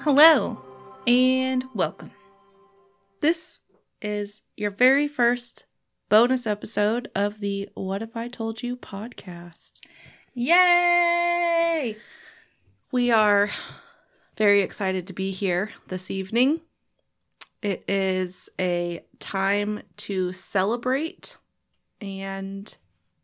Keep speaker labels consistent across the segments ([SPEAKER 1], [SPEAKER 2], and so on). [SPEAKER 1] Hello and welcome.
[SPEAKER 2] This is your very first bonus episode of the What If I Told You podcast.
[SPEAKER 1] Yay!
[SPEAKER 2] We are very excited to be here this evening. It is a time to celebrate, and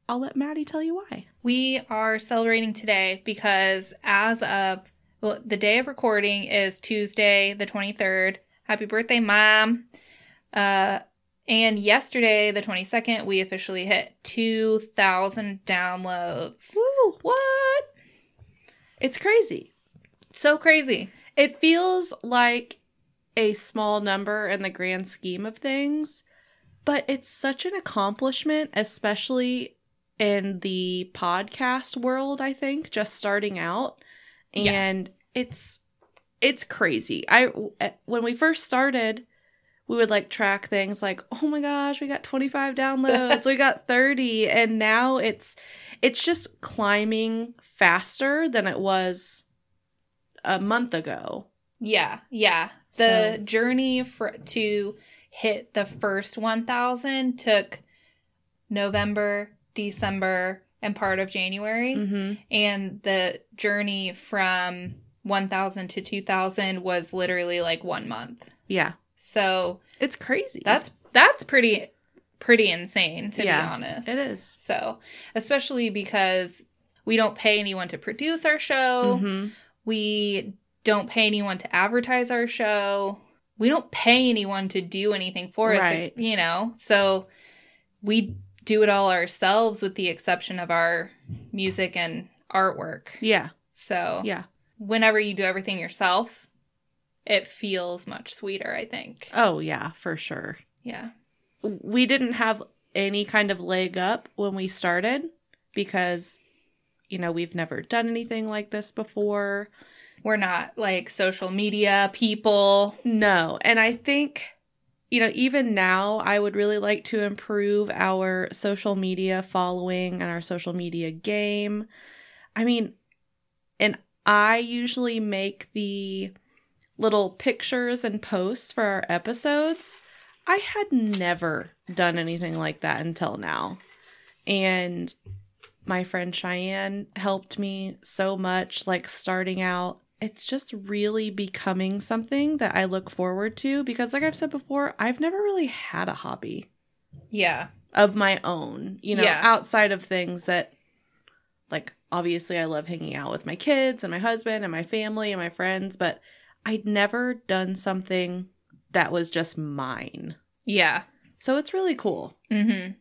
[SPEAKER 2] I'll let Maddie tell you why.
[SPEAKER 1] We are celebrating today because as of well, the day of recording is Tuesday, the 23rd. Happy birthday, mom. Uh and yesterday, the 22nd, we officially hit 2,000 downloads.
[SPEAKER 2] Woo!
[SPEAKER 1] What?
[SPEAKER 2] It's crazy.
[SPEAKER 1] So crazy.
[SPEAKER 2] It feels like a small number in the grand scheme of things, but it's such an accomplishment, especially in the podcast world, I think, just starting out.
[SPEAKER 1] Yeah.
[SPEAKER 2] And it's it's crazy. I eh, when we first started, we would like track things like, "Oh my gosh, we got 25 downloads, we got 30." And now it's it's just climbing faster than it was a month ago.
[SPEAKER 1] Yeah, yeah. The
[SPEAKER 2] So-
[SPEAKER 1] journey for to hit the first 1000 took November, December, and part of January,
[SPEAKER 2] Mhm.
[SPEAKER 1] and the journey from 1000 to 2000 was literally like 1 month.
[SPEAKER 2] Yeah.
[SPEAKER 1] So,
[SPEAKER 2] It's crazy.
[SPEAKER 1] that's that's pretty pretty insane to
[SPEAKER 2] Yeah,
[SPEAKER 1] be honest.
[SPEAKER 2] it is.
[SPEAKER 1] So, especially because we don't pay anyone to produce our show.
[SPEAKER 2] Mhm.
[SPEAKER 1] We don't pay anyone to advertise our show. We don't pay anyone to do anything for us,
[SPEAKER 2] Right.
[SPEAKER 1] you know? So we do it all ourselves with the exception of our music and artwork.
[SPEAKER 2] Yeah.
[SPEAKER 1] So
[SPEAKER 2] Yeah.
[SPEAKER 1] whenever you do everything yourself, it feels much sweeter, I think.
[SPEAKER 2] Oh, yeah, for sure.
[SPEAKER 1] Yeah.
[SPEAKER 2] We didn't have any kind of leg up when we started because, you know, we've never done anything like this before.
[SPEAKER 1] We're not like social media people.
[SPEAKER 2] No. And I think, you know, even now, I would really like to improve our social media following and our social media game. I mean, and I usually make the little pictures and posts for our episodes. I had never done anything like that until now. And my friend Cheyenne helped me so much, like starting out. It's just really becoming something that I look forward to because, like I've said before, I've never really had a hobby
[SPEAKER 1] Yeah.
[SPEAKER 2] of my own, you know,
[SPEAKER 1] Yeah.
[SPEAKER 2] outside of things that, like, obviously I love hanging out with my kids and my husband and my family and my friends, but I'd never done something that was just mine.
[SPEAKER 1] Yeah.
[SPEAKER 2] So it's really cool.
[SPEAKER 1] Mm-hmm.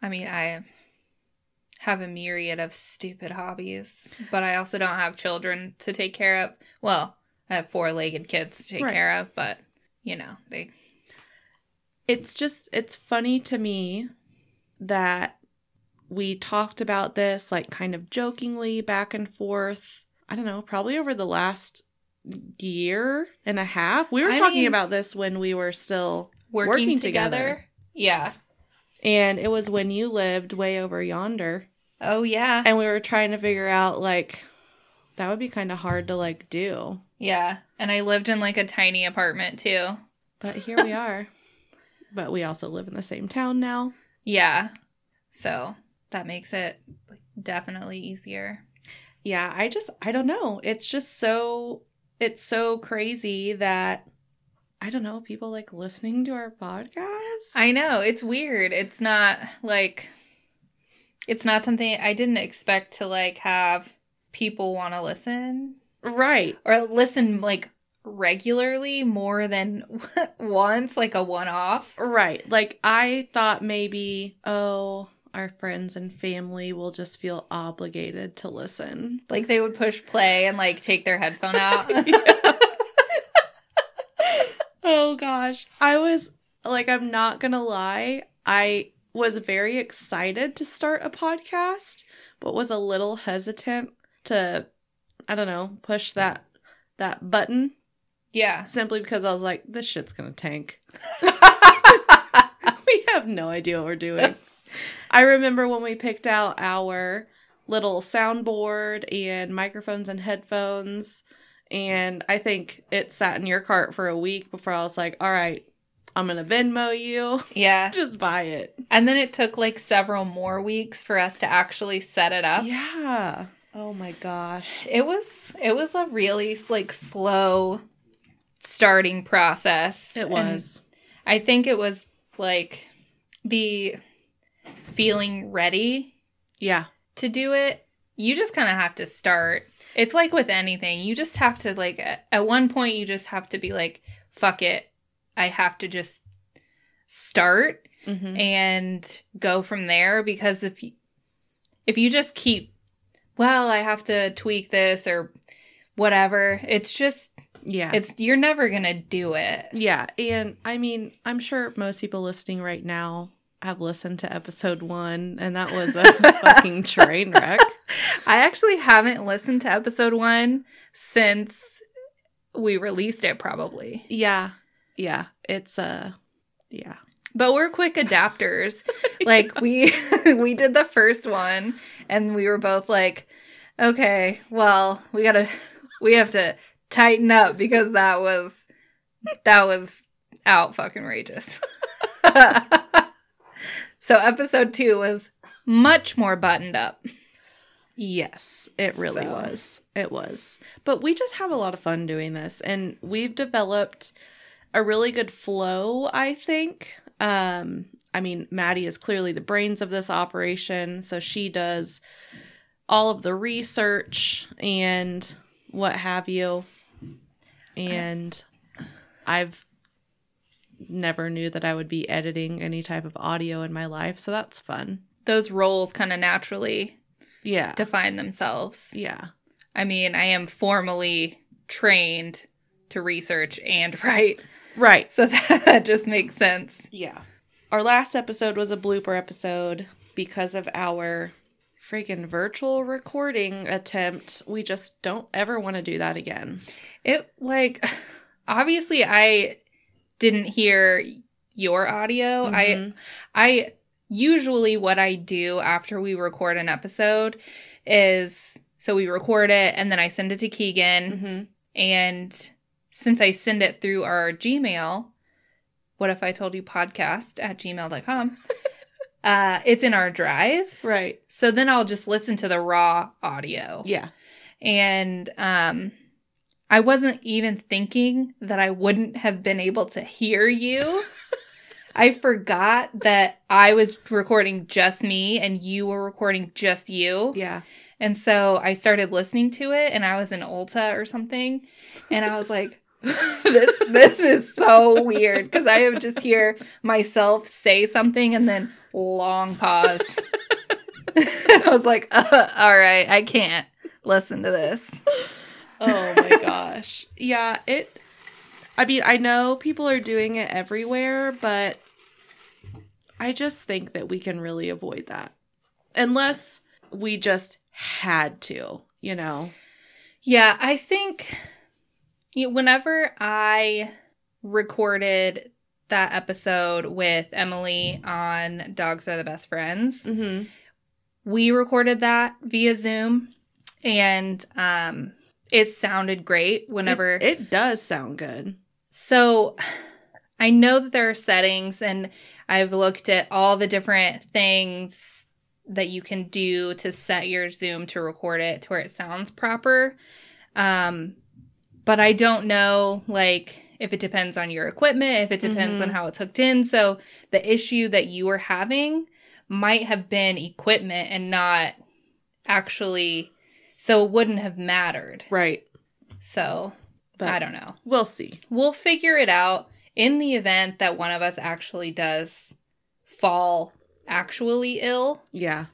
[SPEAKER 1] I mean, I have a myriad of stupid hobbies, but I also don't have children to take care of. Well, I have four legged kids to take
[SPEAKER 2] Right.
[SPEAKER 1] care of, but you know, they
[SPEAKER 2] It's just, it's funny to me that we talked about this, like, kind of jokingly back and forth. I don't know, probably over the last year and a half. We were
[SPEAKER 1] I
[SPEAKER 2] talking
[SPEAKER 1] mean-
[SPEAKER 2] about this when we were still
[SPEAKER 1] working,
[SPEAKER 2] Working
[SPEAKER 1] together.
[SPEAKER 2] together.
[SPEAKER 1] Yeah.
[SPEAKER 2] And it was when you lived way over yonder.
[SPEAKER 1] Oh yeah.
[SPEAKER 2] And we were trying to figure out, like, that would be kind of hard to, like, do.
[SPEAKER 1] Yeah. And I lived in like a tiny apartment too.
[SPEAKER 2] But here we are. But we also live in the same town now.
[SPEAKER 1] Yeah. So that makes it like, definitely easier.
[SPEAKER 2] Yeah, I just, I don't know. It's just so, it's so crazy that, I don't know, people like listening to our podcast.
[SPEAKER 1] I know. It's weird. It's not like it's not something I didn't expect to like have people want to listen
[SPEAKER 2] right.
[SPEAKER 1] or listen like regularly more than once like a one off.
[SPEAKER 2] Right. Like I thought maybe, oh, our friends and family will just feel obligated to listen.
[SPEAKER 1] Like they would push play and like take their headphone out.
[SPEAKER 2] oh gosh. I was like, I'm not gonna lie. I was very excited to start a podcast, but was a little hesitant to, I don't know, push that that button
[SPEAKER 1] yeah.
[SPEAKER 2] simply because I was like, this shit's gonna tank. we have no idea what we're doing. I remember when we picked out our little soundboard and microphones and headphones And I think it sat in your cart for a week before I was like, all right, I'm going to Venmo you.
[SPEAKER 1] Yeah.
[SPEAKER 2] Just buy it.
[SPEAKER 1] And then it took like several more weeks for us to actually set it up.
[SPEAKER 2] Yeah. Oh my gosh.
[SPEAKER 1] It was it was a really like slow starting process.
[SPEAKER 2] It
[SPEAKER 1] And
[SPEAKER 2] was.
[SPEAKER 1] I think it was like the feeling ready
[SPEAKER 2] yeah.
[SPEAKER 1] to do it. You just kind of have to start. It's like with anything. You just have to like at at one point you just have to be like fuck it. I have to just start
[SPEAKER 2] hmm
[SPEAKER 1] and go from there because if you, if you just keep well i have to tweak this or whatever it's just
[SPEAKER 2] Yeah.
[SPEAKER 1] it's you're never gonna do it
[SPEAKER 2] Yeah, and I mean, I'm sure most people listening right now have listened to episode one, and that was a fucking train wreck.
[SPEAKER 1] i actually haven't listened to episode one since we released it probably
[SPEAKER 2] Yeah, yeah, it's uh, yeah,
[SPEAKER 1] but we're quick adapters like we we did the first one and we were both like okay well we gotta we have to tighten up because that was that was out fucking rageous so episode two was much more buttoned up
[SPEAKER 2] yes, it really
[SPEAKER 1] So.
[SPEAKER 2] was. It was, but we just have a lot of fun doing this, and we've developed a really good flow, I think. Um, I mean, Maddie is clearly the brains of this operation, so she does all of the research and what have you. And I've never knew that I would be editing any type of audio in my life, so that's fun.
[SPEAKER 1] those roles kind of naturally
[SPEAKER 2] Yeah.
[SPEAKER 1] define themselves
[SPEAKER 2] Yeah.
[SPEAKER 1] i mean i am formally trained to research and write
[SPEAKER 2] Right.
[SPEAKER 1] so that just makes sense
[SPEAKER 2] Yeah. Our last episode was a blooper episode because of our freaking virtual recording attempt. We just don't ever want to do that again.
[SPEAKER 1] It like obviously I didn't hear your audio.
[SPEAKER 2] Mhm.
[SPEAKER 1] I I usually what I do after we record an episode is so we record it and then I send it to Keegan
[SPEAKER 2] Mhm.
[SPEAKER 1] and since I send it through our Gmail, what if I told you podcast at gmail.com? uh it's in our drive.
[SPEAKER 2] Right.
[SPEAKER 1] So then I'll just listen to the raw audio
[SPEAKER 2] Yeah.
[SPEAKER 1] and um I wasn't even thinking that I wouldn't have been able to hear you. I forgot that I was recording just me and you were recording just you.
[SPEAKER 2] Yeah.
[SPEAKER 1] And so I started listening to it and I was in Ulta or something and I was like this this is so weird cuz I would just hear myself say something and then long pause. I was like uh, all right, I can't listen to this.
[SPEAKER 2] Oh my gosh. Yeah, it I mean, I know people are doing it everywhere, but I just think that we can really avoid that. Unless we just had to, you know.
[SPEAKER 1] Yeah, I think you know, whenever I recorded that episode with Emily on Dogs Are the Best Friends,
[SPEAKER 2] Mhm.
[SPEAKER 1] we recorded that via Zoom and um, it sounded great whenever.
[SPEAKER 2] It, it does sound good.
[SPEAKER 1] so I know that there are settings and I've looked at all the different things that you can do to set your Zoom to record it to where it sounds proper. Um, but I don't know, like, if it depends on your equipment, if it depends
[SPEAKER 2] Mhm.
[SPEAKER 1] on how it's hooked in. So the issue that you were having might have been equipment and not actually, so it wouldn't have mattered.
[SPEAKER 2] Right.
[SPEAKER 1] So
[SPEAKER 2] But
[SPEAKER 1] I don't know.
[SPEAKER 2] We'll see.
[SPEAKER 1] We'll figure it out in the event that one of us actually does fall actually ill.
[SPEAKER 2] Yeah.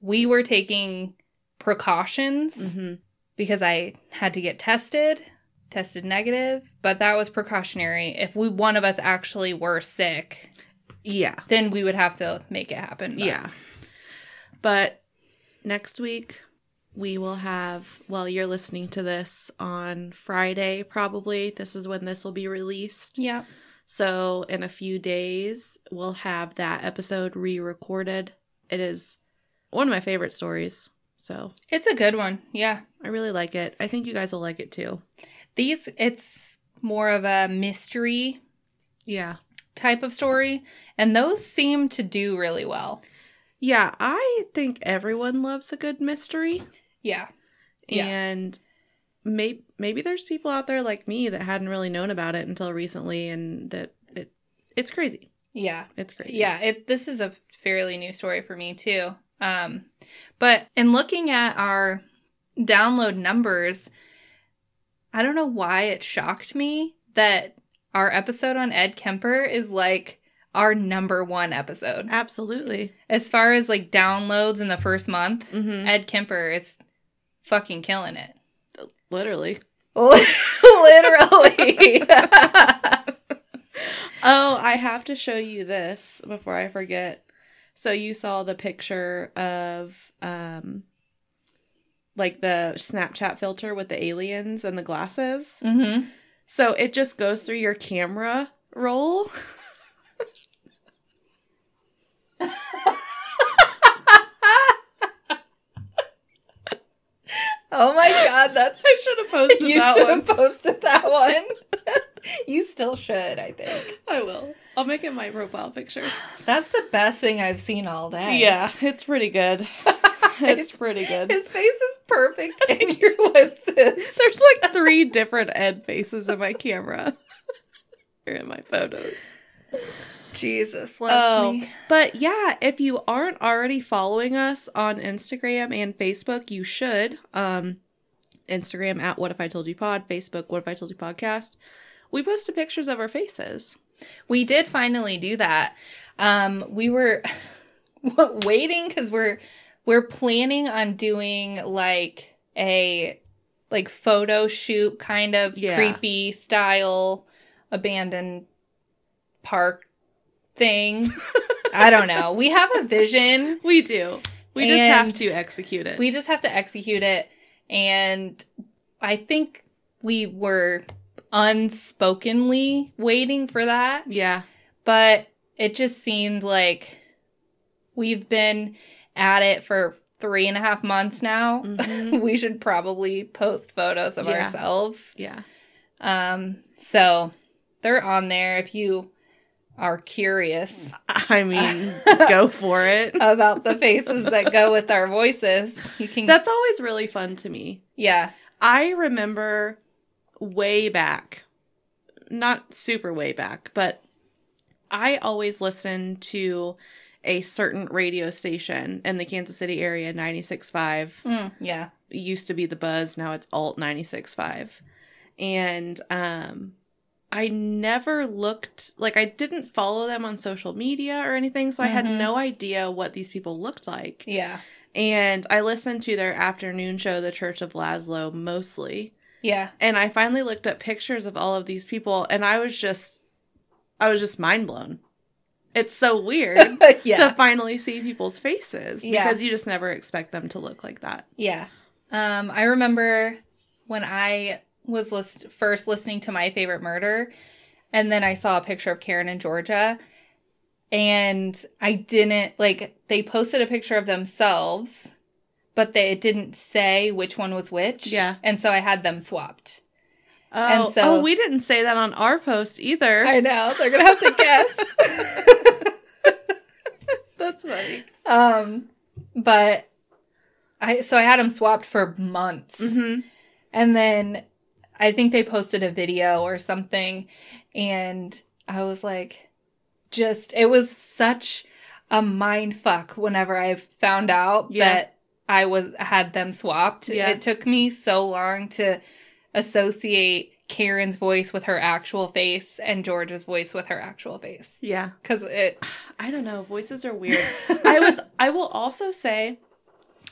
[SPEAKER 1] We were taking precautions
[SPEAKER 2] Mhm.
[SPEAKER 1] because I had to get tested, tested negative, but that was precautionary. If we one of us actually were sick,
[SPEAKER 2] Yeah.
[SPEAKER 1] then we would have to make it happen. But
[SPEAKER 2] Yeah. But next week we will have well you're listening to this on Friday probably. This is when this will be released.
[SPEAKER 1] Yeah.
[SPEAKER 2] So in a few days we'll have that episode re-recorded. It is one of my favorite stories. So
[SPEAKER 1] It's a good one. Yeah.
[SPEAKER 2] I really like it. I think you guys will like it too.
[SPEAKER 1] These, it's more of a mystery
[SPEAKER 2] Yeah.
[SPEAKER 1] type of story, and those seem to do really well.
[SPEAKER 2] Yeah, I think everyone loves a good mystery.
[SPEAKER 1] Yeah. Yeah.
[SPEAKER 2] And maybe maybe there's people out there like me that hadn't really known about it until recently and that it it's crazy.
[SPEAKER 1] Yeah.
[SPEAKER 2] It's crazy.
[SPEAKER 1] Yeah, it this is a fairly new story for me too. Um but in looking at our download numbers, I don't know why it shocked me that our episode on Ed Kemper is like our number 1 episode.
[SPEAKER 2] Absolutely.
[SPEAKER 1] As far as like downloads in the first month,
[SPEAKER 2] Mhm.
[SPEAKER 1] Ed Kemper is fucking killing it.
[SPEAKER 2] Literally.
[SPEAKER 1] Literally.
[SPEAKER 2] Oh, I have to show you this before I forget. So you saw the picture of um like the Snapchat filter with the aliens and the glasses.
[SPEAKER 1] mhm.
[SPEAKER 2] So it just goes through your camera roll.
[SPEAKER 1] Oh my god, that's
[SPEAKER 2] I should have posted
[SPEAKER 1] you
[SPEAKER 2] that
[SPEAKER 1] should
[SPEAKER 2] one.
[SPEAKER 1] have posted that one. you still should, I think.
[SPEAKER 2] I will. I'll make it my profile picture.
[SPEAKER 1] That's the best thing I've seen all day.
[SPEAKER 2] Yeah, it's pretty good. It's
[SPEAKER 1] It's-
[SPEAKER 2] pretty good.
[SPEAKER 1] His face is perfect and your lips is.
[SPEAKER 2] There's like three different Ed faces in my camera. Or in my photos.
[SPEAKER 1] Jesus loves
[SPEAKER 2] Oh.
[SPEAKER 1] me.
[SPEAKER 2] But yeah, if you aren't already following us on Instagram and Facebook, you should. Um, Instagram at What If I Told You Pod, Facebook What If I Told You Podcast. We posted pictures of our faces.
[SPEAKER 1] We did finally do that. Um, we were waiting because we're we're planning on doing like a like photo shoot kind of
[SPEAKER 2] Yeah.
[SPEAKER 1] creepy style abandoned park thing. I don't know. We have a vision.
[SPEAKER 2] We do. We just have
[SPEAKER 1] And
[SPEAKER 2] to execute it.
[SPEAKER 1] We just have to execute it. And I think we were unspokenly waiting for that
[SPEAKER 2] yeah.
[SPEAKER 1] but it just seemed like we've been at it for three and a half months now.
[SPEAKER 2] Mhm.
[SPEAKER 1] we should probably post photos of
[SPEAKER 2] Yeah.
[SPEAKER 1] ourselves.
[SPEAKER 2] Yeah.
[SPEAKER 1] Um, so they're on there if you are curious
[SPEAKER 2] I mean, go for it.
[SPEAKER 1] about the faces that go with our voices. You can,
[SPEAKER 2] That's always really fun to me.
[SPEAKER 1] yeah,
[SPEAKER 2] I remember way back, not super way back, but I always listened to a certain radio station in the Kansas City area, 96.5.
[SPEAKER 1] Mm, yeah,
[SPEAKER 2] It used to be the Buzz, now it's Alt 96.5. And um, I never looked, like, I didn't follow them on social media or anything, so I had
[SPEAKER 1] Mhm.
[SPEAKER 2] no idea what these people looked like.
[SPEAKER 1] yeah,
[SPEAKER 2] And I listened to their afternoon show, The Church of Laszlo, mostly.
[SPEAKER 1] yeah,
[SPEAKER 2] And I finally looked up pictures of all of these people and I was just I was just mind blown. It's so weird
[SPEAKER 1] yeah.
[SPEAKER 2] to finally see people's faces
[SPEAKER 1] Yeah.
[SPEAKER 2] because you just never expect them to look like that.
[SPEAKER 1] Yeah. Um, I remember when I was list- first listening to My Favorite Murder, and then I saw a picture of Karen and Georgia, and I didn't like, they posted a picture of themselves, but they it didn't say which one was which.
[SPEAKER 2] Yeah.
[SPEAKER 1] And so I had them swapped.
[SPEAKER 2] Oh,
[SPEAKER 1] And so-
[SPEAKER 2] oh, we didn't say that on our post either.
[SPEAKER 1] I know, they're going to have to guess.
[SPEAKER 2] That's funny.
[SPEAKER 1] um, but I, so I had them swapped for months.
[SPEAKER 2] hmm
[SPEAKER 1] And then I think they posted a video or something. And I was like, just, it was such a mind fuck whenever I found out
[SPEAKER 2] Yeah.
[SPEAKER 1] that I was, had them swapped.
[SPEAKER 2] Yeah.
[SPEAKER 1] It took me so long to associate Karen's voice with her actual face and George's voice with her actual face.
[SPEAKER 2] Yeah.
[SPEAKER 1] Cause it,
[SPEAKER 2] I don't know. Voices are weird. I was I will also say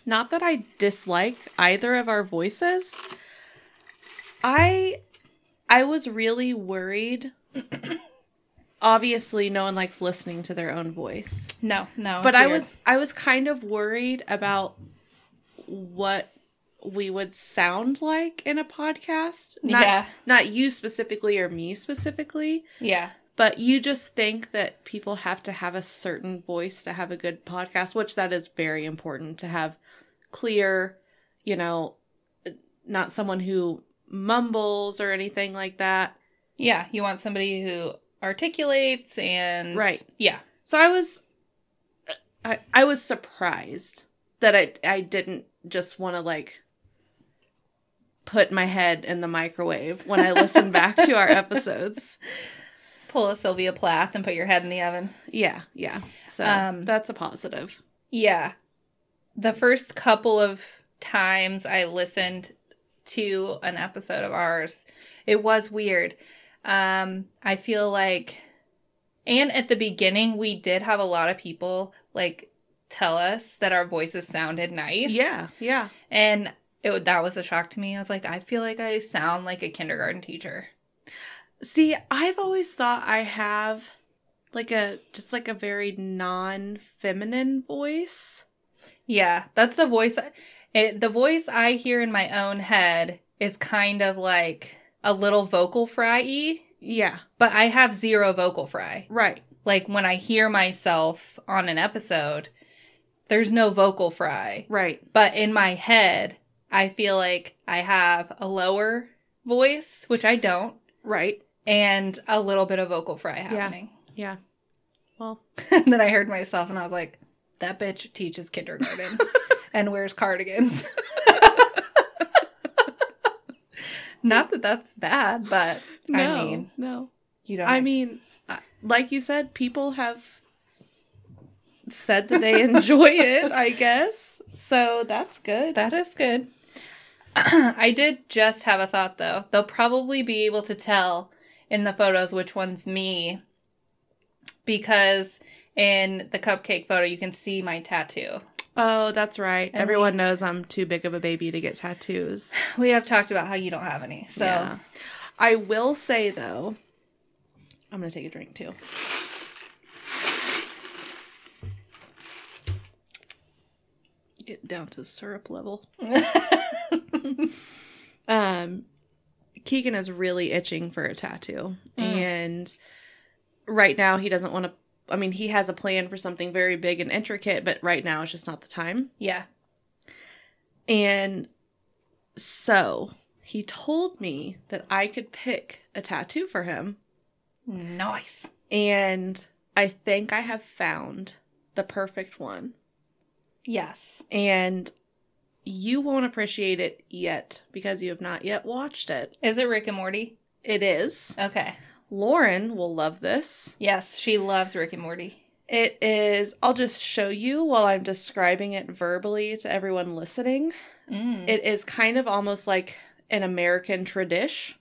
[SPEAKER 2] not that I dislike either of our voices. I I was really worried. Obviously, no one likes listening to their own voice.
[SPEAKER 1] no, no.
[SPEAKER 2] But
[SPEAKER 1] it's
[SPEAKER 2] I
[SPEAKER 1] weird.
[SPEAKER 2] was I was kind of worried about what we would sound like in a podcast. Not
[SPEAKER 1] Yeah.
[SPEAKER 2] not you specifically or me specifically.
[SPEAKER 1] yeah.
[SPEAKER 2] But you just think that people have to have a certain voice to have a good podcast, which that is very important to have clear, you know, not someone who mumbles or anything like that.
[SPEAKER 1] Yeah, you want somebody who articulates and
[SPEAKER 2] Right.
[SPEAKER 1] Yeah.
[SPEAKER 2] So I was I I was surprised that I I didn't just want to like put my head in the microwave when I listen back to our episodes.
[SPEAKER 1] Pull a Sylvia Plath and put your head in the oven.
[SPEAKER 2] Yeah, yeah. So
[SPEAKER 1] Um,
[SPEAKER 2] that's a positive.
[SPEAKER 1] Yeah. The first couple of times I listened to an episode of ours, it was weird. Um, I feel like, and at the beginning, we did have a lot of people like tell us that our voices sounded nice.
[SPEAKER 2] Yeah, yeah.
[SPEAKER 1] And it, that was a shock to me. I was like, I feel like I sound like a kindergarten teacher.
[SPEAKER 2] See, I've always thought I have like a just like a very non-feminine voice.
[SPEAKER 1] Yeah, that's the voice. It, the voice I hear in my own head is kind of like a little vocal fry y,
[SPEAKER 2] Yeah,
[SPEAKER 1] but I have zero vocal fry.
[SPEAKER 2] right.
[SPEAKER 1] Like when I hear myself on an episode, there's no vocal fry.
[SPEAKER 2] Right.
[SPEAKER 1] But in my head, I feel like I have a lower voice, which I don't,
[SPEAKER 2] Right.
[SPEAKER 1] and a little bit of vocal fry happening.
[SPEAKER 2] Yeah. Well,
[SPEAKER 1] then I heard myself and I was like, that bitch teaches kindergarten and wears cardigans. Not that that's bad, but
[SPEAKER 2] no.
[SPEAKER 1] I mean,
[SPEAKER 2] no.
[SPEAKER 1] you don't.
[SPEAKER 2] I mean, uh, like you said, people have said that they enjoy it, I guess. So that's good.
[SPEAKER 1] that is good. I did just have a thought though. They'll probably be able to tell in the photos which one's me because in the cupcake photo you can see my tattoo.
[SPEAKER 2] Oh, that's right.
[SPEAKER 1] And
[SPEAKER 2] Everyone knows I'm too big of a baby to get tattoos.
[SPEAKER 1] We have talked about how you don't have any. So,
[SPEAKER 2] Yeah. I will say though, I'm gonna take a drink too. Get down to the syrup level. um, Keegan is really itching for a tattoo,
[SPEAKER 1] Mm.
[SPEAKER 2] and right now he doesn't want to. I mean, he has a plan for something very big and intricate, but right now it's just not the time.
[SPEAKER 1] yeah.
[SPEAKER 2] And so he told me that I could pick a tattoo for him.
[SPEAKER 1] Nice.
[SPEAKER 2] And I think I have found the perfect one.
[SPEAKER 1] Yes.
[SPEAKER 2] And you won't appreciate it yet because you have not yet watched it.
[SPEAKER 1] Is it Rick and Morty?
[SPEAKER 2] It is.
[SPEAKER 1] Okay.
[SPEAKER 2] Lauren will love this.
[SPEAKER 1] Yes, she loves Rick and Morty.
[SPEAKER 2] It is, I'll just show you while I'm describing it verbally to everyone listening.
[SPEAKER 1] Mm.
[SPEAKER 2] It is kind of almost like an American tradish.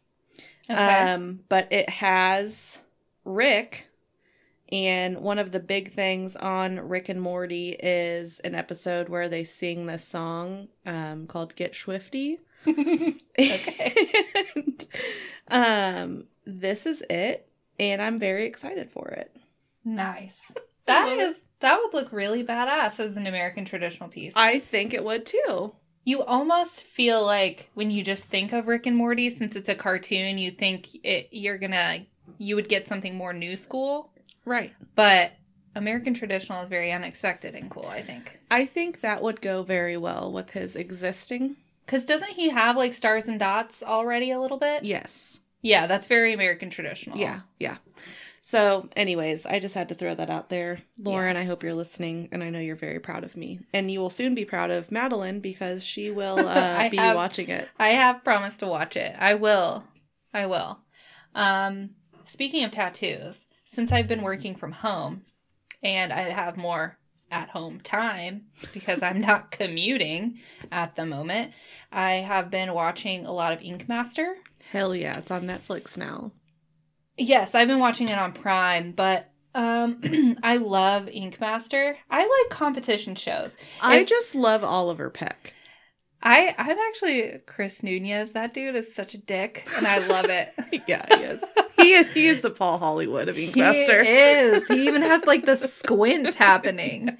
[SPEAKER 1] okay.
[SPEAKER 2] Um, but it has Rick, and one of the big things on Rick and Morty is an episode where they sing this song um, called "Get Swifty." uh,
[SPEAKER 1] Okay.
[SPEAKER 2] and, um, this is it, and I'm very excited for it.
[SPEAKER 1] nice. That
[SPEAKER 2] love it.
[SPEAKER 1] is that would look really badass as an American traditional piece.
[SPEAKER 2] I think it would too.
[SPEAKER 1] you almost feel like when you just think of Rick and Morty, since it's a cartoon, you think it, you're gonna you would get something more new school,
[SPEAKER 2] Right.
[SPEAKER 1] but American traditional is very unexpected and cool. I think
[SPEAKER 2] I think that would go very well with his existing.
[SPEAKER 1] because doesn't he have like stars and dots already a little bit?
[SPEAKER 2] Yes.
[SPEAKER 1] Yeah, that's very American traditional.
[SPEAKER 2] Yeah, yeah. So, anyways, I just had to throw that out there. Lauren, I hope you're listening, and I know you're very proud of me. And you will soon be proud of Madeline because she will uh,
[SPEAKER 1] I
[SPEAKER 2] be
[SPEAKER 1] have-
[SPEAKER 2] watching it.
[SPEAKER 1] I have promised to watch it. I will. I will. Um, speaking of tattoos, since I've been working from home and I have more at home time because I'm not commuting at the moment, I have been watching a lot of Ink Master.
[SPEAKER 2] Hell yeah, it's on Netflix now.
[SPEAKER 1] Yes, I've been watching it on Prime, but um, I love Ink Master. I like competition shows.
[SPEAKER 2] I
[SPEAKER 1] If-
[SPEAKER 2] just love Oliver Peck.
[SPEAKER 1] I I'm actually Chris Nunez. That dude is such a dick, and I love it.
[SPEAKER 2] Yeah, he is. he is. He is the Paul Hollywood of
[SPEAKER 1] He
[SPEAKER 2] Inkmaster.
[SPEAKER 1] is. He even has like the squint happening.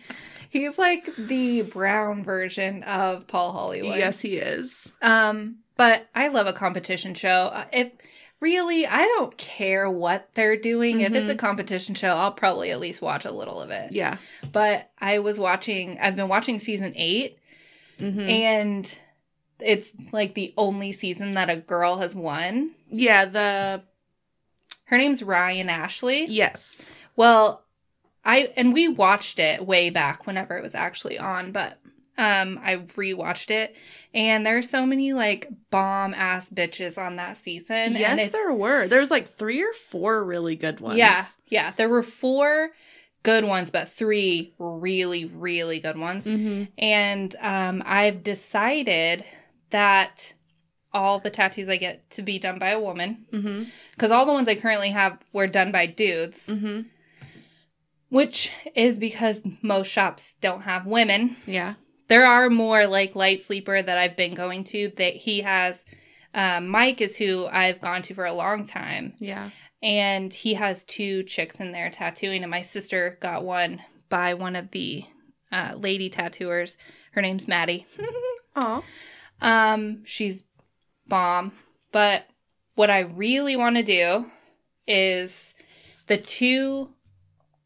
[SPEAKER 1] He's like the brown version of Paul Hollywood.
[SPEAKER 2] Yes, he is.
[SPEAKER 1] Um, but I love a competition show. Uh, If really, I don't care what they're doing. If it's a competition show, I'll probably at least watch a little of it.
[SPEAKER 2] Mm-hmm. Yeah. Mm-hmm.
[SPEAKER 1] But I was watching. I've been watching season 8
[SPEAKER 2] hmm
[SPEAKER 1] and it's like the only season that a girl has won.
[SPEAKER 2] Yeah, the
[SPEAKER 1] Her name's Ryan Ashley.
[SPEAKER 2] yes.
[SPEAKER 1] Well, I and we watched it way back whenever it was actually on, but um I rewatched it and there's so many like bomb ass bitches on that season. and
[SPEAKER 2] yes,
[SPEAKER 1] it's-
[SPEAKER 2] there were. There was like three or four really good ones.
[SPEAKER 1] Yeah, yeah. There were four good ones, but three really, really good ones.
[SPEAKER 2] hmm
[SPEAKER 1] And um I've decided that all the tattoos I get to be done by a woman.
[SPEAKER 2] hmm
[SPEAKER 1] Because all the ones I currently have were done by dudes.
[SPEAKER 2] hmm
[SPEAKER 1] which is because most shops don't have women.
[SPEAKER 2] Yeah.
[SPEAKER 1] There are more like light sleeper that I've been going to that he has. Uh, Mike is who I've gone to for a long time,
[SPEAKER 2] Yeah.
[SPEAKER 1] and he has two chicks in there tattooing, and my sister got one by one of the uh, lady tattooers. Her name's Maddie.
[SPEAKER 2] Oh.
[SPEAKER 1] Um, she's bomb. But what I really want to do is the two,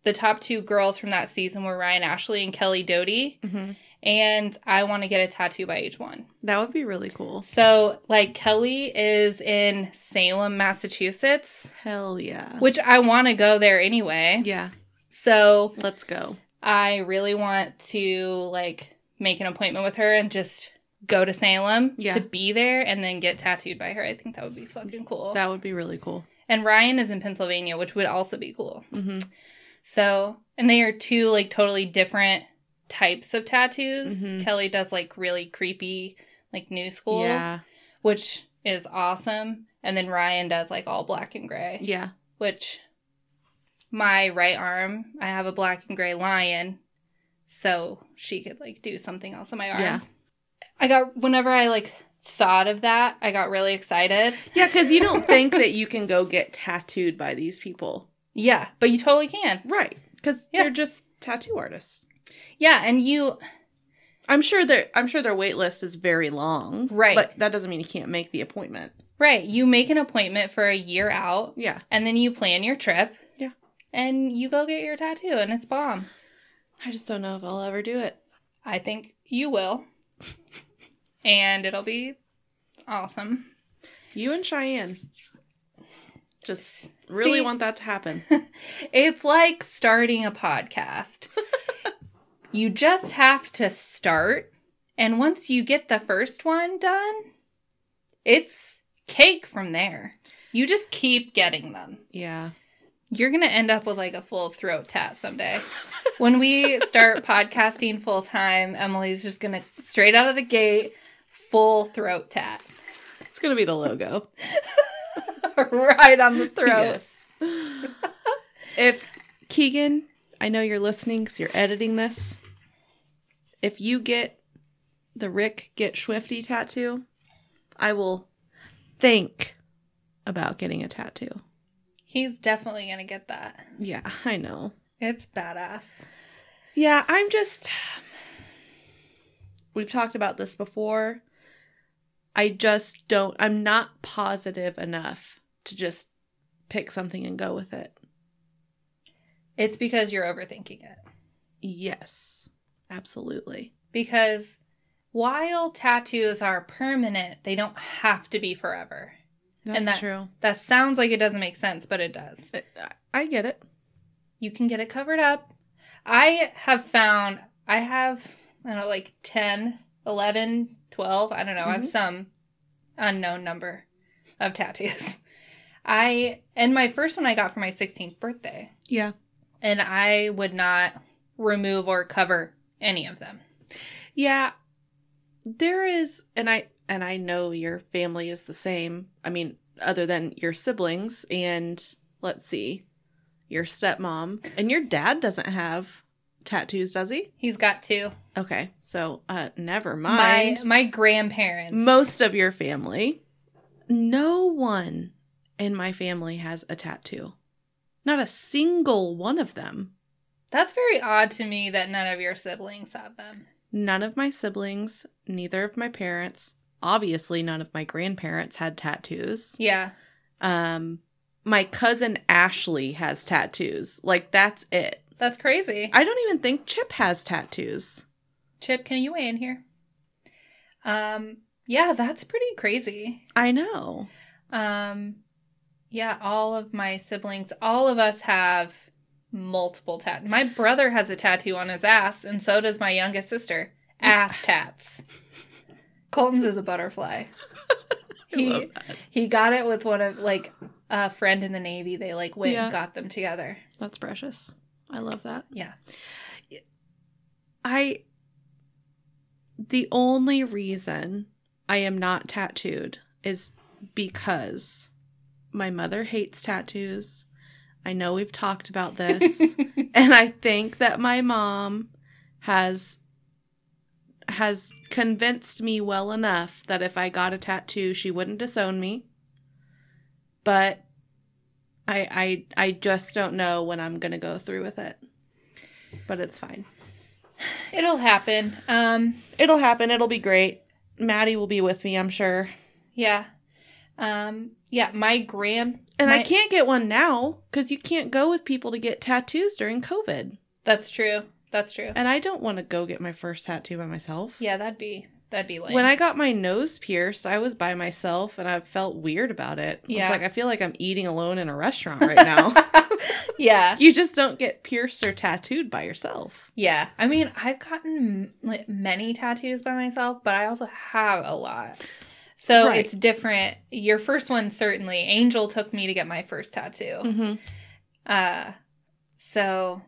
[SPEAKER 1] the top two girls from that season were Ryan Ashley and Kelly Doty,
[SPEAKER 2] hmm
[SPEAKER 1] and I want to get a tattoo by each one.
[SPEAKER 2] That would be really cool.
[SPEAKER 1] So, like, Kelly is in Salem, Massachusetts,
[SPEAKER 2] Hell yeah.
[SPEAKER 1] which I want to go there anyway.
[SPEAKER 2] Yeah.
[SPEAKER 1] So,
[SPEAKER 2] Let's go.
[SPEAKER 1] I really want to like make an appointment with her and just go to Salem
[SPEAKER 2] Yeah.
[SPEAKER 1] to be there and then get tattooed by her. I think that would be fucking cool.
[SPEAKER 2] That would be really cool.
[SPEAKER 1] and Ryan is in Pennsylvania, which would also be cool.
[SPEAKER 2] hmm
[SPEAKER 1] So, and they are two like totally different types of tattoos.
[SPEAKER 2] Mhm.
[SPEAKER 1] Kelly does like really creepy, like new school,
[SPEAKER 2] Yeah.
[SPEAKER 1] which is awesome. And then Ryan does like all black and gray
[SPEAKER 2] Yeah.
[SPEAKER 1] which my right arm, I have a black and gray lion, so she could like do something else on my arm.
[SPEAKER 2] Yeah.
[SPEAKER 1] I got whenever I like thought of that, I got really excited.
[SPEAKER 2] Yeah, because you don't think that you can go get tattooed by these people.
[SPEAKER 1] Yeah, but you totally can.
[SPEAKER 2] Right. Because
[SPEAKER 1] Yeah.
[SPEAKER 2] they're just tattoo artists.
[SPEAKER 1] Yeah, and you
[SPEAKER 2] I'm sure their I'm sure their wait list is very long.
[SPEAKER 1] Right.
[SPEAKER 2] But that doesn't mean you can't make the appointment.
[SPEAKER 1] right, you make an appointment for a year out
[SPEAKER 2] Yeah.
[SPEAKER 1] and then you plan your trip.
[SPEAKER 2] Yeah.
[SPEAKER 1] And you go get your tattoo and it's bomb.
[SPEAKER 2] I just don't know if I'll ever do it.
[SPEAKER 1] I think you will. and it'll be awesome.
[SPEAKER 2] You and Cheyenne. Just really
[SPEAKER 1] See-
[SPEAKER 2] want that to happen.
[SPEAKER 1] It's like starting a podcast. you just have to start. And once you get the first one done, it's cake from there. You just keep getting them.
[SPEAKER 2] yeah.
[SPEAKER 1] You're going to end up with like a full throat tat someday. when we start podcasting full time, Emily's just going to straight out of the gate, full throat tat
[SPEAKER 2] It's gonna be the logo.
[SPEAKER 1] right on the throat.
[SPEAKER 2] Yes. if Keegan, I know you're listening because you're editing this. If you get the Rick Get Swifty tattoo, I will think about getting a tattoo.
[SPEAKER 1] He's definitely going to get that.
[SPEAKER 2] Yeah, I know.
[SPEAKER 1] It's badass.
[SPEAKER 2] Yeah, I'm just. We've talked about this before. I just don't. I'm not positive enough to just pick something and go with it.
[SPEAKER 1] It's because you're overthinking it.
[SPEAKER 2] Yes, absolutely.
[SPEAKER 1] because while tattoos are permanent, they don't have to be forever.
[SPEAKER 2] That's
[SPEAKER 1] that-
[SPEAKER 2] true.
[SPEAKER 1] That sounds like it doesn't make sense, but it does.
[SPEAKER 2] I- I- I get it.
[SPEAKER 1] You can get it covered up. I have found, I have, I don't know, like 10, 11, 12, I don't know, I have
[SPEAKER 2] Mhm.
[SPEAKER 1] some unknown number of tattoos. I, and my first one I got for my 16th birthday,
[SPEAKER 2] Yeah.
[SPEAKER 1] and I would not remove or cover any of them.
[SPEAKER 2] Yeah. There is and I and I know your family is the same. I mean, other than your siblings and let's see, your stepmom and your dad doesn't have tattoos, does he?
[SPEAKER 1] He's got two.
[SPEAKER 2] Okay. So, uh never
[SPEAKER 1] My,
[SPEAKER 2] mind.
[SPEAKER 1] my grandparents.
[SPEAKER 2] Most of your family. No one in my family has a tattoo. Not a single one of them.
[SPEAKER 1] That's very odd to me that none of your siblings have them.
[SPEAKER 2] None of my siblings, neither of my parents, obviously none of my grandparents had tattoos.
[SPEAKER 1] Yeah.
[SPEAKER 2] Um my cousin Ashley has tattoos. Like that's it.
[SPEAKER 1] That's crazy.
[SPEAKER 2] I don't even think Chip has tattoos.
[SPEAKER 1] Chip, can you weigh in here? Um, Yeah, that's pretty crazy.
[SPEAKER 2] I know.
[SPEAKER 1] Um, yeah, all of my siblings, all of us have multiple tat. My brother has a tattoo on his ass, and so does my youngest sister. Ass tats. Colton's is a butterfly.
[SPEAKER 2] I
[SPEAKER 1] He-
[SPEAKER 2] love that.
[SPEAKER 1] He got it with one of like a friend in the Navy. They like went
[SPEAKER 2] Yeah.
[SPEAKER 1] and got them together.
[SPEAKER 2] That's precious. I love that.
[SPEAKER 1] Yeah.
[SPEAKER 2] I the only reason I am not tattooed is because my mother hates tattoos. I know we've talked about this and I think that my mom has has convinced me well enough that if I got a tattoo she wouldn't disown me. But I I I just don't know when I'm going to go through with it. But it's fine.
[SPEAKER 1] It'll happen. Um,
[SPEAKER 2] It'll happen. It'll be great. Maddie will be with me, I'm sure.
[SPEAKER 1] yeah. Um, yeah, my grand
[SPEAKER 2] And I
[SPEAKER 1] my-
[SPEAKER 2] can't get one now because you can't go with people to get tattoos during COVID.
[SPEAKER 1] That's true. That's true.
[SPEAKER 2] And I don't want to go get my first tattoo by myself.
[SPEAKER 1] Yeah, that'd be that'd be lame.
[SPEAKER 2] When I got my nose pierced, I was by myself and I felt weird about it. It's
[SPEAKER 1] Yeah.
[SPEAKER 2] like I feel like I'm eating alone in a restaurant right now.
[SPEAKER 1] yeah.
[SPEAKER 2] you just don't get pierced or tattooed by yourself.
[SPEAKER 1] Yeah. I mean, I've gotten like many tattoos by myself, but I also have a lot. So
[SPEAKER 2] Right.
[SPEAKER 1] it's different. Your first one certainly. Angel took me to get my first tattoo.
[SPEAKER 2] Mm-hmm.
[SPEAKER 1] Uh so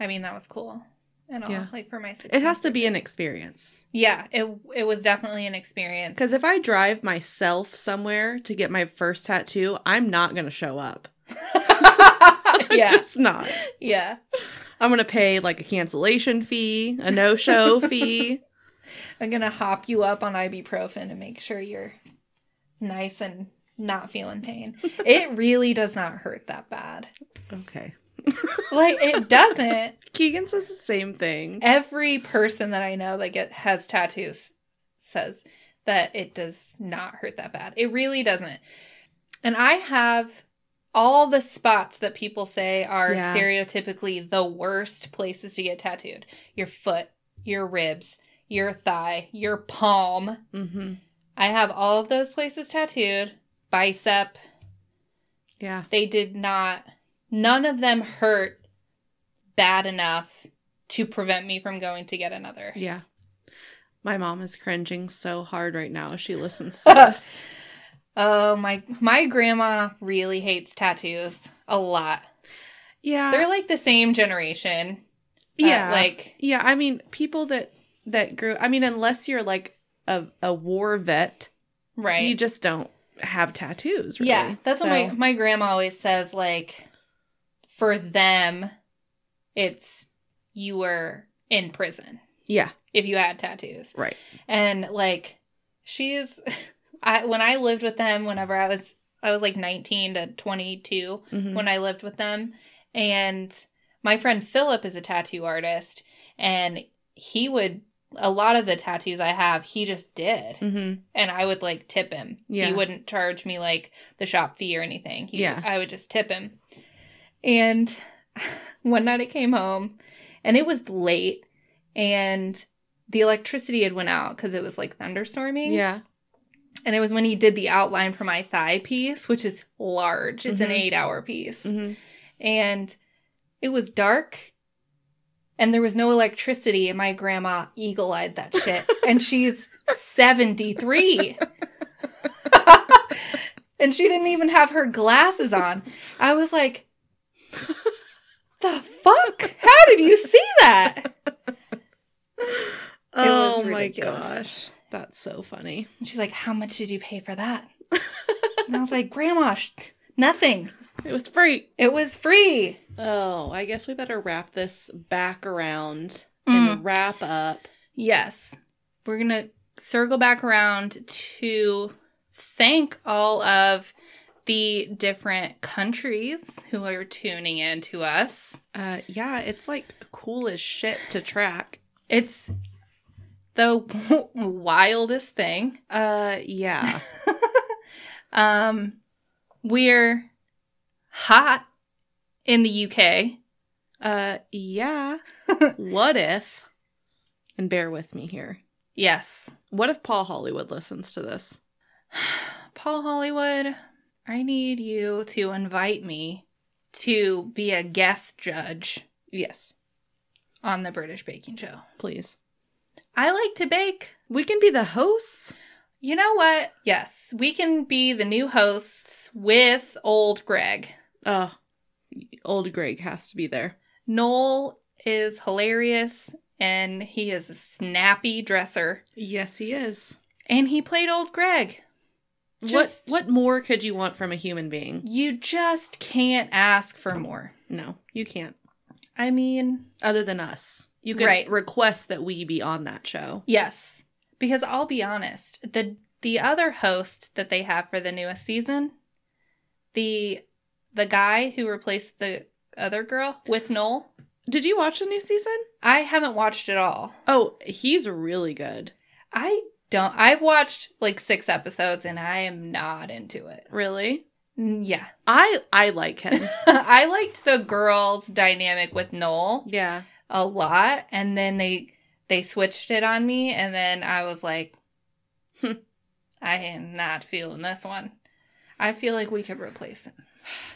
[SPEAKER 1] I mean that was cool. And all
[SPEAKER 2] Yeah.
[SPEAKER 1] like for my six
[SPEAKER 2] It has to be an experience.
[SPEAKER 1] Yeah, it it was definitely an experience.
[SPEAKER 2] Because if I drive myself somewhere to get my first tattoo, I'm not going to show up.
[SPEAKER 1] Yeah.
[SPEAKER 2] just not.
[SPEAKER 1] yeah.
[SPEAKER 2] I'm gonna pay like a cancellation fee, a no show fee.
[SPEAKER 1] I'm gonna hop you up on ibuprofen and make sure you're nice and not feeling pain. it really does not hurt that bad.
[SPEAKER 2] Okay.
[SPEAKER 1] Like it doesn't.
[SPEAKER 2] Keegan says the same thing.
[SPEAKER 1] Every person that I know that get has tattoos says that it does not hurt that bad. It really doesn't. And I have all the spots that people say are
[SPEAKER 2] Yeah.
[SPEAKER 1] stereotypically the worst places to get tattooed. Your foot, your ribs, your thigh, your palm.
[SPEAKER 2] Mm-hmm.
[SPEAKER 1] I have all of those places tattooed. Bicep.
[SPEAKER 2] Yeah.
[SPEAKER 1] They did not, none of them hurt bad enough to prevent me from going to get another.
[SPEAKER 2] Yeah. My mom is cringing so hard right now as she listens to this.
[SPEAKER 1] Oh, my, my grandma really hates tattoos a lot.
[SPEAKER 2] Yeah.
[SPEAKER 1] They're like the same generation. Uh,
[SPEAKER 2] yeah. like
[SPEAKER 1] like,
[SPEAKER 2] yeah. I mean, people that that grew. I mean, unless you're like a a war vet,
[SPEAKER 1] right.
[SPEAKER 2] you just don't have tattoos. Really.
[SPEAKER 1] Yeah, that's
[SPEAKER 2] so,
[SPEAKER 1] what my, my grandma always says. Like, for them, it's you were in prison
[SPEAKER 2] Yeah.
[SPEAKER 1] if you had tattoos.
[SPEAKER 2] Right.
[SPEAKER 1] and like she's i when i lived with them whenever i was i was like 19 to 22
[SPEAKER 2] Mhm.
[SPEAKER 1] when i lived with them and my friend philip is a tattoo artist and he would a lot of the tattoos i have he just did
[SPEAKER 2] Mhm.
[SPEAKER 1] and i would like tip him
[SPEAKER 2] Yeah.
[SPEAKER 1] he wouldn't charge me like the shop fee or anything He-
[SPEAKER 2] Yeah.
[SPEAKER 1] i would just tip him and one night i came home and it was late and the electricity had went out because it was like thunderstorming
[SPEAKER 2] Yeah.
[SPEAKER 1] and it was when he did the outline for my thigh piece which is large it's an
[SPEAKER 2] Mhm.
[SPEAKER 1] eight hour piece
[SPEAKER 2] hmm
[SPEAKER 1] and it was dark and there was no electricity and my grandma eagle-eyed that shit and she's 73 and she didn't even have her glasses on i was like the fuck how did you see that
[SPEAKER 2] Oh my
[SPEAKER 1] ridiculous.
[SPEAKER 2] gosh, that's so funny.
[SPEAKER 1] and she's like how much did you pay for that and i was like grandma sh- nothing
[SPEAKER 2] It was free.
[SPEAKER 1] it was free
[SPEAKER 2] Oh, I guess we better wrap this back around
[SPEAKER 1] Mm.
[SPEAKER 2] and wrap up.
[SPEAKER 1] Yes. We're going to circle back around to thank all of the different countries who are tuning in to us.
[SPEAKER 2] Uh, yeah, it's like cool as shit to track.
[SPEAKER 1] It's the wildest thing.
[SPEAKER 2] Uh, yeah,
[SPEAKER 1] Um, we're hot in the UK.
[SPEAKER 2] uh, yeah. what if? And bear with me here.
[SPEAKER 1] Yes.
[SPEAKER 2] What if Paul Hollywood listens to this?
[SPEAKER 1] Paul Hollywood, I need you to invite me to be a guest judge
[SPEAKER 2] Yes,
[SPEAKER 1] on the British Baking Show.
[SPEAKER 2] please.
[SPEAKER 1] I like to bake.
[SPEAKER 2] We can be the hosts.
[SPEAKER 1] You know what? Yes, we can be the new hosts with old Greg.
[SPEAKER 2] Oh, old Greg has to be there.
[SPEAKER 1] Noel is hilarious and he is a snappy dresser.
[SPEAKER 2] Yes, he is.
[SPEAKER 1] And he played old Greg. Just-
[SPEAKER 2] what what more could you want from a human being?
[SPEAKER 1] You just can't ask for more.
[SPEAKER 2] No, you can't.
[SPEAKER 1] I mean,
[SPEAKER 2] Other than us, you can
[SPEAKER 1] Right.
[SPEAKER 2] request that we be on that show.
[SPEAKER 1] yes, because I'll be honest, the the other host that they have for the newest season, the the guy who replaced the other girl with Noel,
[SPEAKER 2] Did you watch the new season?
[SPEAKER 1] I haven't watched it all.
[SPEAKER 2] Oh, he's really good.
[SPEAKER 1] I don't. I've watched like six episodes and I am not into it.
[SPEAKER 2] Really?
[SPEAKER 1] Mm, Yeah.
[SPEAKER 2] I I like him.
[SPEAKER 1] I liked the girls' dynamic with Noel
[SPEAKER 2] yeah.
[SPEAKER 1] a lot, and then they they switched it on me, and then I was like,
[SPEAKER 2] Hmm.
[SPEAKER 1] I am not feeling this one. I feel like we could replace him.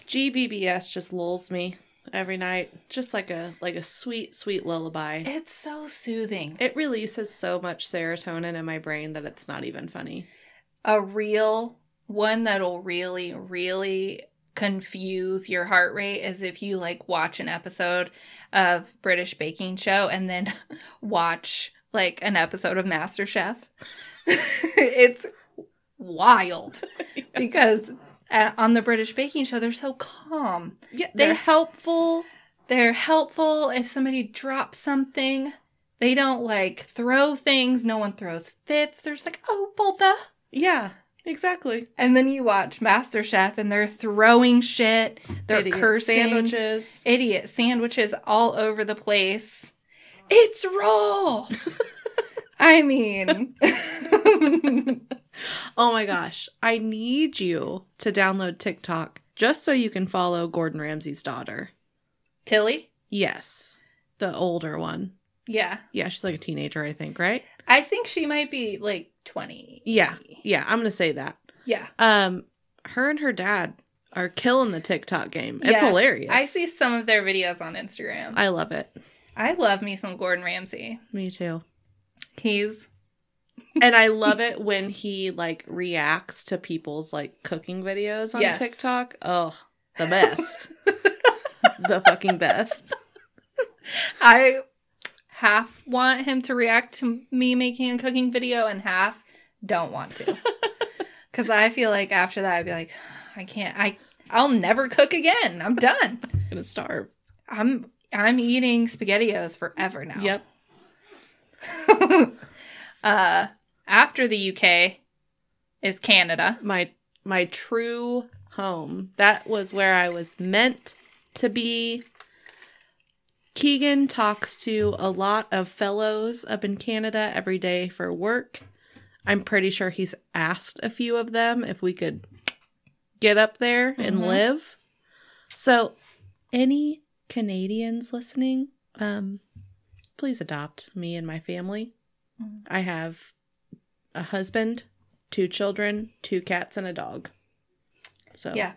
[SPEAKER 2] GBBS just lulls me every night, just like a like a sweet sweet lullaby.
[SPEAKER 1] It's so soothing.
[SPEAKER 2] It releases so much serotonin in my brain that it's not even funny.
[SPEAKER 1] A real one that'll really, really confuse your heart rate is if you like watch an episode of British Baking Show and then watch like an episode of MasterChef. it's wild because uh, on the British Baking Show, they're so calm.
[SPEAKER 2] Yeah,
[SPEAKER 1] They-
[SPEAKER 2] they're helpful.
[SPEAKER 1] They're helpful. If somebody drops something, they don't like throw things. No one throws fits. They're just like, oh, bother.
[SPEAKER 2] Yeah, exactly.
[SPEAKER 1] And then you watch MasterChef and they're throwing shit, they're
[SPEAKER 2] Idiot
[SPEAKER 1] cursing,
[SPEAKER 2] sandwiches.
[SPEAKER 1] idiot sandwiches all over the place. It's raw. I mean,
[SPEAKER 2] Oh my gosh, I need you to download TikTok just so you can follow Gordon Ramsay's daughter.
[SPEAKER 1] Tilly?
[SPEAKER 2] Yes, the older one.
[SPEAKER 1] Yeah.
[SPEAKER 2] Yeah, she's like a teenager, I think, right?
[SPEAKER 1] I think she might be like 20.
[SPEAKER 2] Yeah. Yeah, I'm gonna say that.
[SPEAKER 1] Yeah.
[SPEAKER 2] Um, her and her dad are killing the TikTok game. It's
[SPEAKER 1] Yeah,
[SPEAKER 2] hilarious.
[SPEAKER 1] I see some of their videos on Instagram. I,
[SPEAKER 2] I love it.
[SPEAKER 1] love me some Gordon Ramsay.
[SPEAKER 2] Me too.
[SPEAKER 1] He's
[SPEAKER 2] and I love it when he like reacts to people's like cooking videos on
[SPEAKER 1] Yes.
[SPEAKER 2] TikTok. Oh, the best. the fucking best.
[SPEAKER 1] I half want him to react to me making a cooking video and half don't want to. Cuz I feel like after that I'd be like I can't I I'll never cook again. I'm done.
[SPEAKER 2] I'm gonna starve.
[SPEAKER 1] I'm I'm eating spaghettios forever now.
[SPEAKER 2] Yep.
[SPEAKER 1] Uh after the UK is Canada.
[SPEAKER 2] My my true home. That was where I was meant to be. Keegan talks to a lot of fellows up in Canada every day for work. I'm pretty sure he's asked a few of them if we could get up there and
[SPEAKER 1] Mhm.
[SPEAKER 2] live. So, any Canadians listening, um, please adopt me and my family.
[SPEAKER 1] Mm.
[SPEAKER 2] I have a husband, two children, two cats, and a dog. So
[SPEAKER 1] Yeah.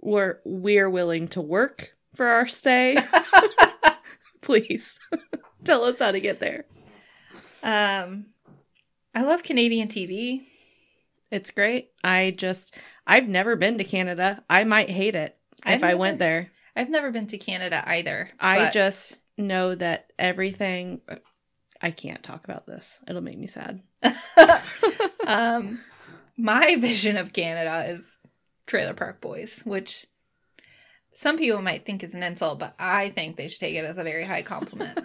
[SPEAKER 2] we're we're willing to work for our stay. please tell us how to get there.
[SPEAKER 1] Um I love Canadian TV.
[SPEAKER 2] It's great. I just I've never been to Canada. I might hate it
[SPEAKER 1] I've
[SPEAKER 2] if I went there.
[SPEAKER 1] I've never been to Canada either.
[SPEAKER 2] I
[SPEAKER 1] but-
[SPEAKER 2] just know that everything I can't talk about this. It'll make me sad.
[SPEAKER 1] um, my vision of Canada is Trailer Park Boys, which some people might think is an insult, but I think they should take it as a very high compliment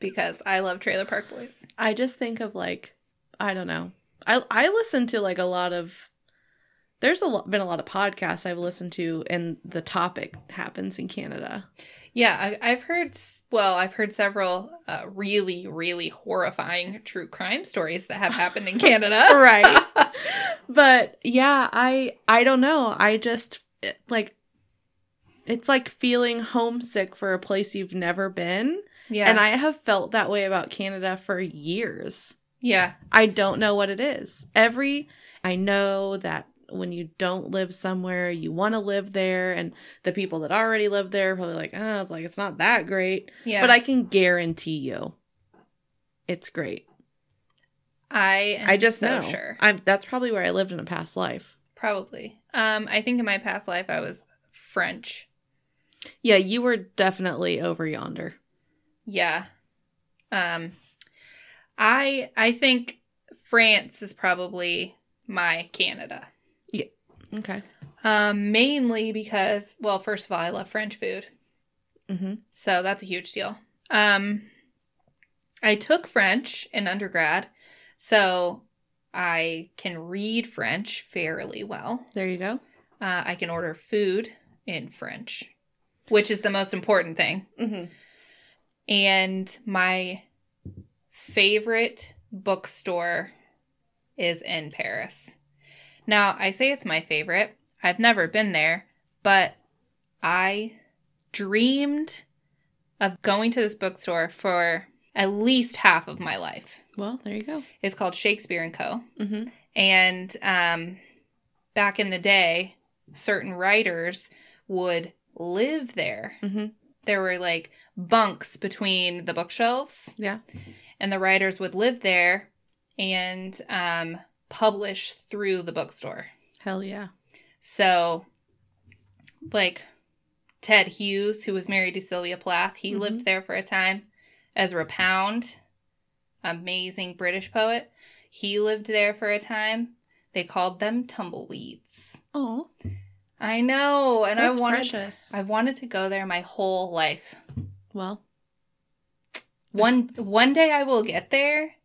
[SPEAKER 1] because I love Trailer Park Boys.
[SPEAKER 2] I just think of like I don't know. I I listen to like a lot of there's a lot, been a lot of podcasts I've listened to and the topic happens in Canada.
[SPEAKER 1] Yeah, I, I've heard, s- well, I've heard several uh, really, really horrifying true crime stories that have happened in Canada.
[SPEAKER 2] right. But yeah, I I don't know. I just it- like it's like feeling homesick for a place you've never been.
[SPEAKER 1] yeah.
[SPEAKER 2] And I have felt that way about Canada for years.
[SPEAKER 1] Yeah.
[SPEAKER 2] I don't know what it is. Every I know that when you don't live somewhere, you want to live there, and the people that already live there are probably like, oh, it's like it's not that great.
[SPEAKER 1] Yeah.
[SPEAKER 2] But I can guarantee you, it's great.
[SPEAKER 1] I am
[SPEAKER 2] I just
[SPEAKER 1] so
[SPEAKER 2] know.
[SPEAKER 1] sure.
[SPEAKER 2] I'm that's probably where I lived in a past life.
[SPEAKER 1] Probably. Um, I think in my past life I was French.
[SPEAKER 2] Yeah, you were definitely over yonder.
[SPEAKER 1] Yeah. Um, I I think France is probably my Canada.
[SPEAKER 2] Okay.
[SPEAKER 1] Um, mainly because well, first of all, I love French food,
[SPEAKER 2] hmm
[SPEAKER 1] so that's a huge deal. Um, I took French in undergrad, so I can read French fairly well.
[SPEAKER 2] There you go.
[SPEAKER 1] Uh, I can order food in French, which is the most important thing.
[SPEAKER 2] Mm-hmm.
[SPEAKER 1] And my favorite bookstore is in Paris. Now, I say it's my favorite. I've never been there, but I dreamed of going to this bookstore for at least half of my life.
[SPEAKER 2] Well, there you go.
[SPEAKER 1] It's called Shakespeare and Co.
[SPEAKER 2] Mm-hmm.
[SPEAKER 1] And um, back in the day, certain writers would live there.
[SPEAKER 2] Mm-hmm.
[SPEAKER 1] There were like bunks between the bookshelves.
[SPEAKER 2] Yeah.
[SPEAKER 1] And the writers would live there and um, publish through the bookstore.
[SPEAKER 2] Hell yeah.
[SPEAKER 1] So, like Ted Hughes, who was married to Sylvia Plath, he
[SPEAKER 2] Mhm.
[SPEAKER 1] lived there for a time. Ezra Pound, amazing British poet, he lived there for a time. They called them tumbleweeds.
[SPEAKER 2] Oh,
[SPEAKER 1] I know, and
[SPEAKER 2] That's
[SPEAKER 1] I wanted
[SPEAKER 2] precious.
[SPEAKER 1] I've wanted to go there my whole life.
[SPEAKER 2] well,
[SPEAKER 1] One one day I will get there.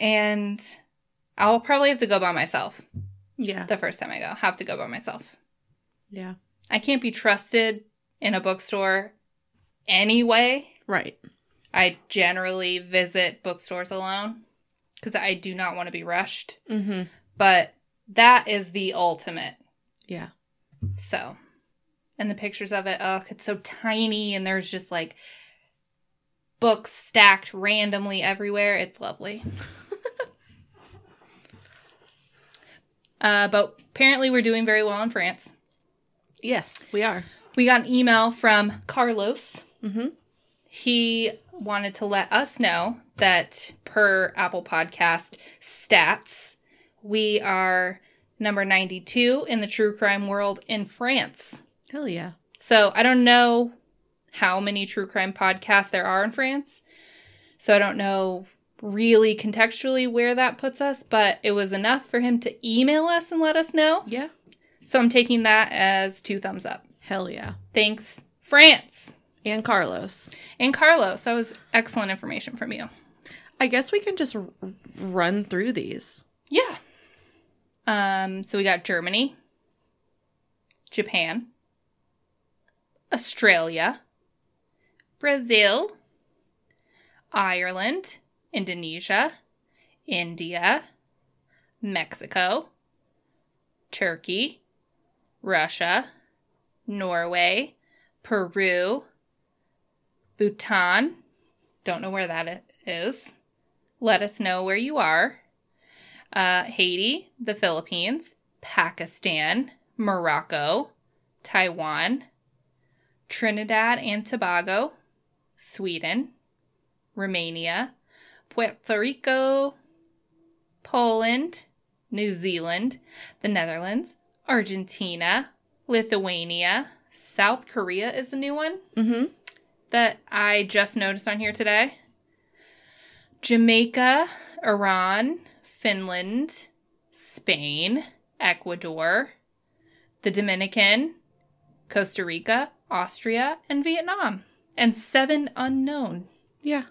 [SPEAKER 1] And I'll probably have to go by myself
[SPEAKER 2] yeah,
[SPEAKER 1] the first time I go. Have to go by myself.
[SPEAKER 2] yeah,
[SPEAKER 1] I can't be trusted in a bookstore anyway.
[SPEAKER 2] right.
[SPEAKER 1] I generally visit bookstores alone because I do not want to be rushed.
[SPEAKER 2] Mm-hmm.
[SPEAKER 1] But that is the ultimate.
[SPEAKER 2] Yeah.
[SPEAKER 1] So, and the pictures of it, ugh, it's so tiny and there's just like books stacked randomly everywhere. It's lovely. uh, but apparently, we're doing very well in France.
[SPEAKER 2] Yes, we are.
[SPEAKER 1] We got an email from Carlos.
[SPEAKER 2] Mm-hmm.
[SPEAKER 1] He wanted to let us know that per Apple Podcast stats, we are number 92 in the true crime world in France.
[SPEAKER 2] Hell yeah.
[SPEAKER 1] So I don't know how many true crime podcasts there are in France. So I don't know really contextually where that puts us, but it was enough for him to email us and let us know.
[SPEAKER 2] Yeah.
[SPEAKER 1] So I'm taking that as two thumbs up.
[SPEAKER 2] Hell yeah.
[SPEAKER 1] Thanks, France.
[SPEAKER 2] And Carlos.
[SPEAKER 1] And Carlos, that was excellent information from you.
[SPEAKER 2] I guess we can just r- run through these.
[SPEAKER 1] Yeah. Um, so we got Germany, Japan, Australia, Brazil, Ireland, Indonesia, India, Mexico, Turkey, Russia, Norway, Peru, Bhutan. Don't know where that i- is. Let us know where you are uh, Haiti, the Philippines, Pakistan, Morocco, Taiwan, Trinidad and Tobago, Sweden, Romania, Puerto Rico, Poland, New Zealand, the Netherlands, Argentina, Lithuania, South Korea is a new one
[SPEAKER 2] Mm-hmm.
[SPEAKER 1] that I just noticed on here today Jamaica, Iran, Finland, Spain, Ecuador, the Dominican, Costa Rica, Austria, and Vietnam. And seven unknown.
[SPEAKER 2] Yeah.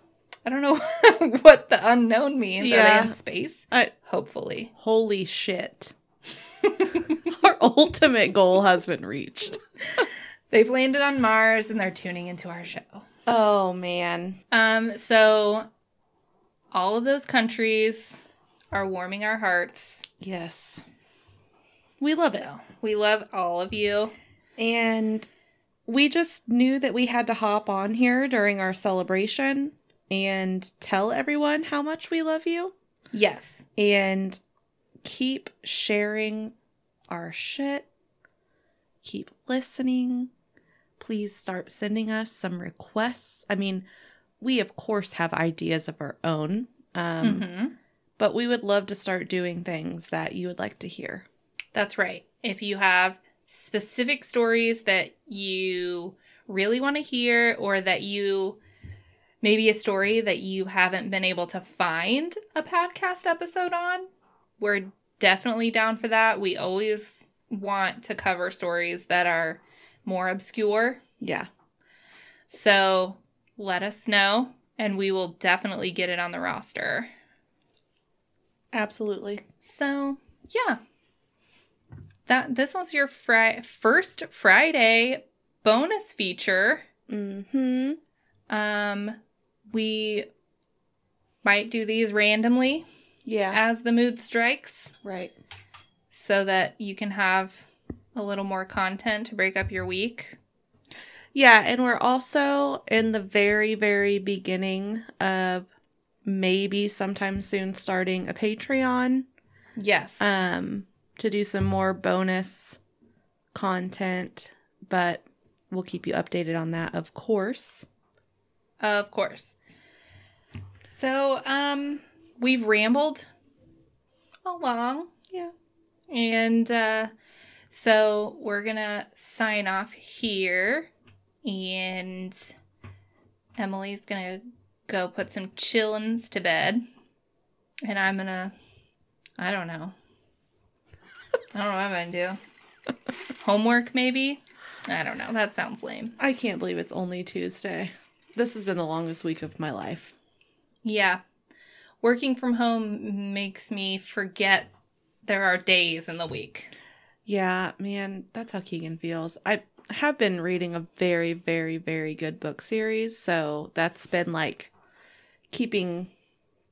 [SPEAKER 1] I don't know what the unknown means. Are
[SPEAKER 2] Yeah.
[SPEAKER 1] they in space?
[SPEAKER 2] I-
[SPEAKER 1] Hopefully.
[SPEAKER 2] Holy shit. Our ultimate goal has been reached.
[SPEAKER 1] They've landed on Mars and they're tuning into our show.
[SPEAKER 2] Oh man.
[SPEAKER 1] Um, so all of those countries are warming our hearts.
[SPEAKER 2] Yes. We love it.
[SPEAKER 1] So, We love all of you.
[SPEAKER 2] And we just knew that we had to hop on here during our celebration and tell everyone how much we love you
[SPEAKER 1] Yes.
[SPEAKER 2] and keep sharing our shit. Keep listening. Please start sending us some requests. I mean, we of course have ideas of our own, um,
[SPEAKER 1] hmm
[SPEAKER 2] but we would love to start doing things that you would like to hear.
[SPEAKER 1] That's right. If you have specific stories that you really want to hear, or that you maybe a story that you haven't been able to find a podcast episode on, we're definitely down for that. We always want to cover stories that are more obscure.
[SPEAKER 2] Yeah.
[SPEAKER 1] So let us know, and we will definitely get it on the roster.
[SPEAKER 2] Absolutely.
[SPEAKER 1] So yeah, that this was your fri- first Friday bonus feature.
[SPEAKER 2] Mm-hmm.
[SPEAKER 1] Um, we might do these randomly
[SPEAKER 2] Yeah.
[SPEAKER 1] as the mood strikes,
[SPEAKER 2] Right.
[SPEAKER 1] so that you can have a little more content to break up your week.
[SPEAKER 2] Yeah, and we're also in the very, very beginning of maybe sometime soon starting a Patreon
[SPEAKER 1] Yes.
[SPEAKER 2] um, to do some more bonus content, but we'll keep you updated on that, of course.
[SPEAKER 1] Of course. So, um, we've rambled along.
[SPEAKER 2] Yeah.
[SPEAKER 1] And uh, so we're going to sign off here. And Emily's going to go put some chillins to bed. And I'm going to, I don't know. I don't know what I'm going to do. Homework, maybe? I don't know. That sounds lame.
[SPEAKER 2] I can't believe it's only Tuesday. This has been the longest week of my life.
[SPEAKER 1] Yeah. Working from home makes me forget there are days in the week.
[SPEAKER 2] Yeah, man, that's how Keegan feels. I have been reading a very, very, very good book series, so that's been like keeping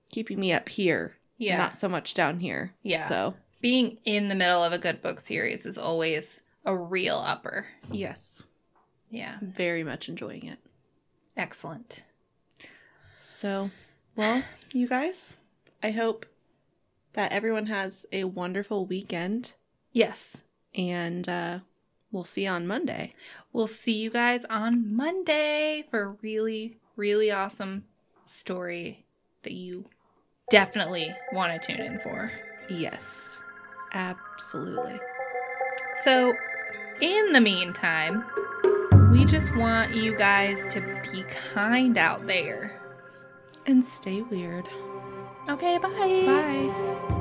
[SPEAKER 2] keeping me up here.
[SPEAKER 1] Yeah.
[SPEAKER 2] Not so much down here.
[SPEAKER 1] Yeah.
[SPEAKER 2] So
[SPEAKER 1] Being in the middle of a good book series is always a real upper.
[SPEAKER 2] yes.
[SPEAKER 1] Yeah.
[SPEAKER 2] Very much enjoying it.
[SPEAKER 1] Excellent.
[SPEAKER 2] So well, you guys, I hope that everyone has a wonderful weekend
[SPEAKER 1] Yes.
[SPEAKER 2] and uh we'll see you on Monday.
[SPEAKER 1] We'll see you guys on Monday for a really, really awesome story that you definitely want to tune in for.
[SPEAKER 2] Yes. Absolutely.
[SPEAKER 1] So, in the meantime, we just want you guys to be kind out there.
[SPEAKER 2] And stay weird.
[SPEAKER 1] Okay, bye.
[SPEAKER 2] Bye.